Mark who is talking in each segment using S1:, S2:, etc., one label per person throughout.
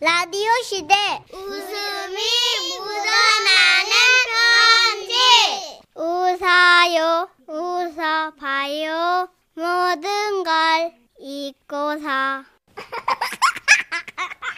S1: 라디오 시대 웃음이 묻어나는 편지 웃어요 웃어봐요 모든 걸 잊고서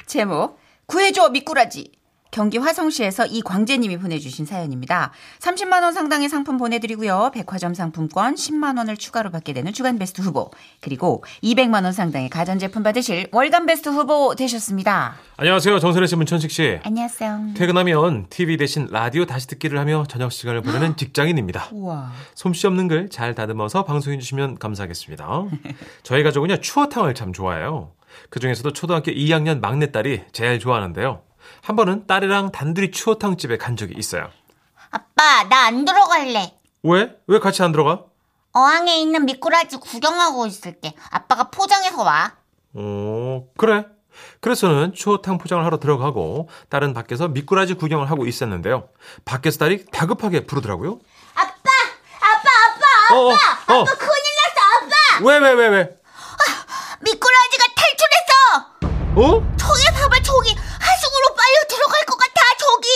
S2: 제목 구해줘 미꾸라지 경기 화성시에서 이광재님이 보내주신 사연입니다. 30만 원 상당의 상품 보내드리고요. 백화점 상품권 10만 원을 추가로 받게 되는 주간 베스트 후보 그리고 200만 원 상당의 가전제품 받으실 월간 베스트 후보 되셨습니다.
S3: 안녕하세요. 정선혜 씨, 문천식 씨.
S2: 안녕하세요.
S3: 퇴근하면 TV 대신 라디오 다시 듣기를 하며 저녁 시간을 보내는 직장인입니다.
S2: 우와.
S3: 솜씨 없는 글 잘 다듬어서 방송해 주시면 감사하겠습니다. 저희 가족은요 추어탕을 참 좋아해요. 그 중에서도 초등학교 2학년 막내딸이 제일 좋아하는데요. 한 번은 딸이랑 단둘이 추어탕 집에 간 적이 있어요.
S4: 아빠, 나 안 들어갈래.
S3: 왜? 왜 같이 안 들어가?
S4: 어항에 있는 미꾸라지 구경하고 있을게. 아빠가 포장해서 와.
S3: 어, 그래. 그래서 저는 추어탕 포장을 하러 들어가고 딸은 밖에서 미꾸라지 구경을 하고 있었는데요. 밖에서 딸이 다급하게 부르더라고요.
S4: 아빠! 아빠, 아빠!
S3: 어, 어,
S4: 아빠!
S3: 어.
S4: 아빠 큰일 났어, 아빠!
S3: 왜, 왜, 왜, 왜?
S4: 미꾸라지가 탈출했어!
S3: 어?
S4: 저기 봐봐, 저기! 하수구로 빨려 들어갈 것 같아, 저기!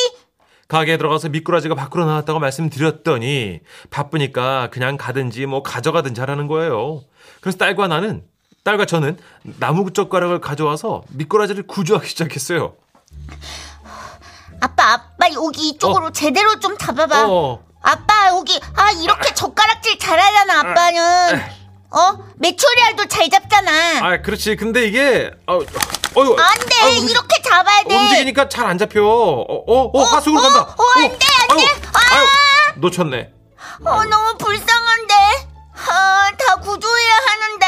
S3: 가게에 들어가서 미꾸라지가 밖으로 나왔다고 말씀드렸더니 바쁘니까 그냥 가든지 뭐 가져가든지 하라는 거예요. 그래서 딸과 나는 딸과 저는 나무 젓가락을 가져와서 미꾸라지를 구조하기 시작했어요.
S4: 아빠, 아빠, 여기 이쪽으로 제대로 좀 잡아봐.
S3: 어.
S4: 아빠, 여기, 아, 이렇게 젓가락질 잘하잖아, 아빠는. 어? 메추리알도 잘 잡잖아.
S3: 아, 그렇지. 근데 이게 어, 어유.
S4: 안 돼! 이렇게 잡아야 돼!
S3: 움직이니까 잘 안 잡혀. 어, 어, 어, 하수구로
S4: 어,
S3: 간다.
S4: 어, 안 돼, 안 돼.
S3: 아유,
S4: 아!
S3: 아유, 놓쳤네.
S4: 어, 너무 불쌍한데. 아, 다 구조해야 하는데.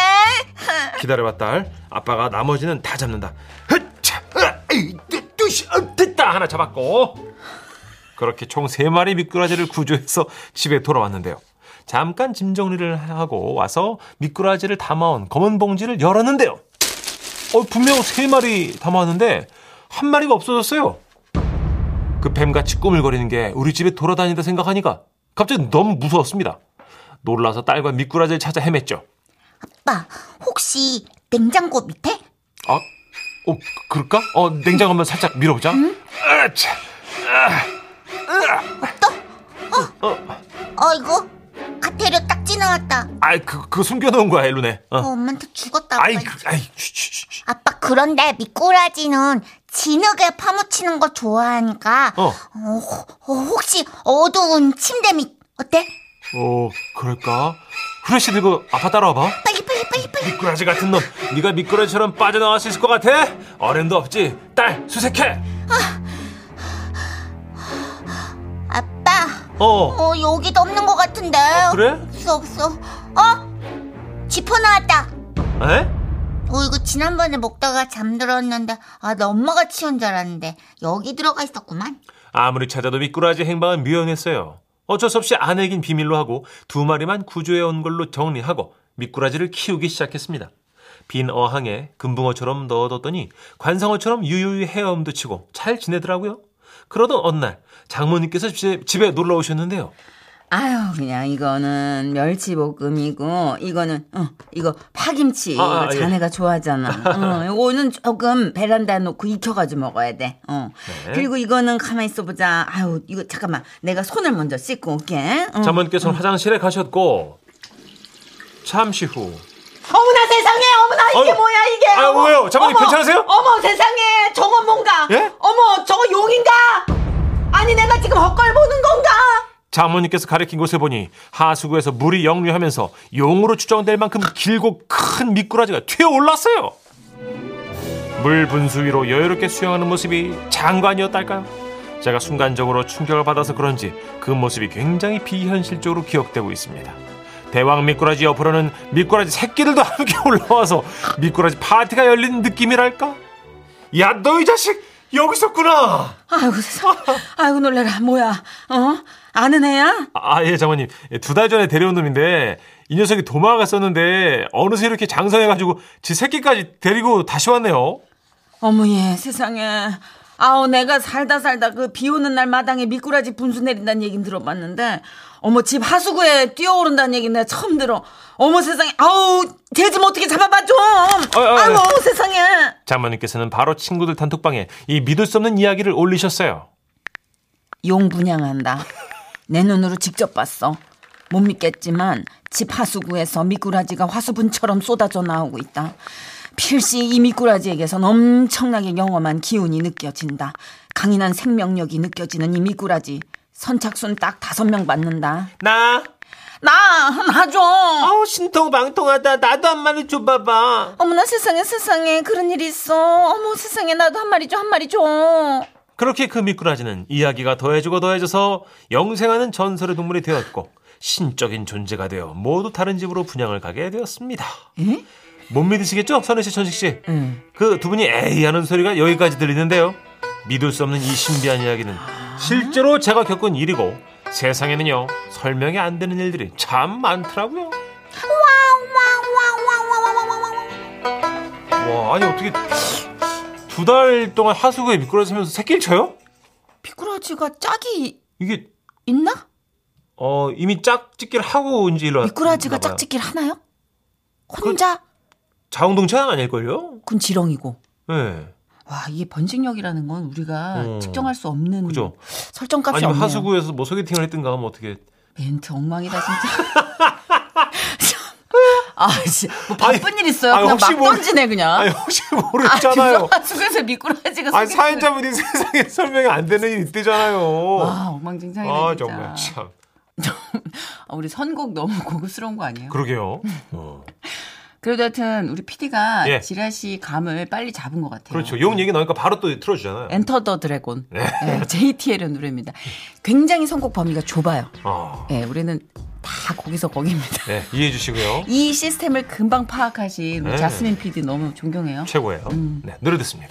S4: 아.
S3: 기다려봐 딸 아빠가 나머지는 다 잡는다 흐차, 으아, 에이, 뜨, 뜨시, 어, 됐다 하나 잡았고 그렇게 총 세마리 미꾸라지를 구조해서 집에 돌아왔는데요 잠깐 짐 정리를 하고 와서 미꾸라지를 담아온 검은 봉지를 열었는데요 어, 분명 세마리 담아왔는데 한 마리가 없어졌어요 그 뱀같이 꾸물거리는 게 우리 집에 돌아다니다 생각하니까 갑자기 너무 무서웠습니다 놀라서 딸과 미꾸라지를 찾아 헤맸죠
S4: 아빠, 혹시 냉장고 밑에?
S3: 아, 어, 그럴까? 어, 냉장고 한번 살짝 밀어보자. 아차.
S4: 어이구, 카테르 딱 지나왔다.
S3: 아이, 그, 그거 숨겨놓은 거야, 일루네. 어.
S4: 어, 엄마한테 죽었다.
S3: 아이,
S4: 아빠.
S3: 그, 아이, 쉬, 쉬, 쉬, 쉬.
S4: 아빠, 그런데 미꾸라지는 진흙에 파묻히는 거 좋아하니까.
S3: 어.
S4: 어, 어, 혹시 어두운 침대 밑, 어때?
S3: 어, 그럴까? 후레쉬 들고 아빠 따라와봐.
S4: 빨리, 빨리, 빨리, 빨리.
S3: 미꾸라지 같은 놈, 네가 미꾸라지처럼 빠져나올 수 있을 것 같아? 어른도 없지. 딸, 수색해.
S4: 아빠.
S3: 어,
S4: 어, 여기도 없는 것 같은데.
S3: 그래?
S4: 없어, 없어. 어? 지퍼 나왔다.
S3: 에?
S4: 어, 이거 지난번에 먹다가 잠들었는데, 아, 나 엄마가 치운 줄 알았는데, 여기 들어가 있었구만.
S3: 아무리 찾아도 미꾸라지 행방은 묘연했어요. 어쩔 수 없이 아내긴 비밀로 하고 두 마리만 구조해 온 걸로 정리하고 미꾸라지를 키우기 시작했습니다. 빈 어항에 금붕어처럼 넣어뒀더니 관상어처럼 유유히 헤엄도 치고 잘 지내더라고요. 그러던 어느 날 장모님께서 집에, 집에 놀러 오셨는데요.
S2: 아유 그냥 이거는 멸치볶음이고 이거는 어, 이거 파김치
S3: 아,
S2: 이거
S3: 예.
S2: 자네가 좋아하잖아. 어, 이거는 조금 베란다에 놓고 익혀가지고 먹어야 돼. 어.
S3: 네.
S2: 그리고 이거는 가만히 있어보자. 아유 이거 잠깐만 내가 손을 먼저 씻고 올게. 어.
S3: 장모님께서는 화장실에 가셨고 잠시 후
S5: 어머나 세상에 어머나 이게
S3: 아유,
S5: 뭐야 이게
S3: 아유,
S5: 어머,
S3: 뭐예요? 장모님,
S5: 어머,
S3: 괜찮으세요?
S5: 어머 세상에 저건 뭔가
S3: 예?
S5: 어머 저거 용인가 아니 내가 지금 헛걸 보는 건가
S3: 장모님께서 가리킨 곳을 보니 하수구에서 물이 역류하면서 용으로 추정될 만큼 길고 큰 미꾸라지가 튀어올랐어요. 물 분수 위로 여유롭게 수영하는 모습이 장관이었달까요? 제가 순간적으로 충격을 받아서 그런지 그 모습이 굉장히 비현실적으로 기억되고 있습니다. 대왕 미꾸라지 옆으로는 미꾸라지 새끼들도 함께 올라와서 미꾸라지 파티가 열린 느낌이랄까? 야, 너 이 자식! 여기 있었구나!
S2: 아이고 세상. 아이고 놀래라 뭐야. 어 아는 애야?
S3: 아, 예, 장모님. 두 달 전에 데려온 놈인데, 이 녀석이 도망갔었는데, 어느새 이렇게 장성해가지고, 지 새끼까지 데리고 다시 왔네요.
S2: 어머 얘 세상에. 아우 내가 살다 살다 그 비 오는 날 마당에 미꾸라지 분수 내린다는 얘긴 들어봤는데 어머 집 하수구에 뛰어오른다는 얘기 내가 처음 들어. 어머 세상에 아우 돼지 좀 어떻게 잡아봐 좀.
S3: 어, 어.
S2: 아우 어머, 세상에.
S3: 장모님께서는 바로 친구들 단톡방에 이 믿을 수 없는 이야기를 올리셨어요.
S2: 용 분양한다. 내 눈으로 직접 봤어. 못 믿겠지만 집 하수구에서 미꾸라지가 화수분처럼 쏟아져 나오고 있다. 필시 이 미꾸라지에게선 엄청나게 영험한 기운이 느껴진다. 강인한 생명력이 느껴지는 이 미꾸라지. 선착순 딱 다섯 명 받는다.
S3: 나
S2: 나! 나 좀!
S3: 아우 신통망통하다. 나도 한 마리 줘봐봐.
S2: 어머나 세상에 세상에 그런 일이 있어. 어머 세상에 나도 한 마리 줘 한 마리 줘.
S3: 그렇게 그 미꾸라지는 이야기가 더해지고 더해져서 영생하는 전설의 동물이 되었고 신적인 존재가 되어 모두 다른 집으로 분양을 가게 되었습니다. 못 믿으시겠죠? 선혜 씨, 천식 씨. 그 두 분이 에이 하는 소리가 여기까지 들리는데요. 믿을 수 없는 이 신비한 이야기는 실제로 제가 겪은 일이고 세상에는요 설명이 안 되는 일들이 참 많더라고요. 와 아니 어떻게 두 달 동안 하수구에 미끄러지면서 새끼를 쳐요?
S2: 미꾸라지가 짝이
S3: 이게
S2: 있나?
S3: 어 이미 짝짓기를 하고 이제 일로
S2: 미꾸라지가
S3: 왔나 봐요.
S2: 짝짓기를 하나요? 혼자?
S3: 자웅동체는 아닐걸요?
S2: 그건 지렁이고.
S3: 예.
S6: 와, 이게 번식력이라는 건 우리가
S3: 어.
S6: 측정할 수 없는
S3: 그죠?
S2: 설정값이
S3: 아니면
S2: 없네요.
S3: 하수구에서 뭐 소개팅을 했든가 하면 어떻게
S6: 멘트 엉망이다 진짜. 아, 진짜 뭐 바쁜
S3: 아니,
S6: 일 있어요.
S3: 아니,
S6: 그냥
S3: 혹시
S6: 막
S3: 모르-
S6: 던지네 그냥.
S3: 아니 혹시 모르잖아요.
S6: 하수구에서 미꾸라지가
S3: 아니
S6: 속에
S3: 사연자분이 세상에 설명이 안 되는 일 있대잖아요.
S6: 와, 엉망진창이다
S3: 아
S6: 진짜.
S3: 정말 참
S6: 아, 우리 선곡 너무 고급스러운 거 아니에요?
S3: 그러게요. 어.
S2: 음.
S6: 그래도 하여튼 우리 PD가
S3: 예.
S6: 지라 씨 감을 빨리 잡은 것 같아요.
S3: 그렇죠. 용 얘기 나오니까 바로 또 틀어주잖아요.
S2: 엔터 더 드래곤. JTL의 노래입니다. 굉장히 선곡 범위가 좁아요.
S3: 어.
S2: 예, 우리는 다 거기서 거기입니다.
S3: 네 이해해 주시고요.
S2: 음. 이 시스템을 금방 파악하신 우리
S3: 네.
S2: 자스민 PD 너무 존경해요. 음.
S3: 최고예요. 네 노래 듣습니다.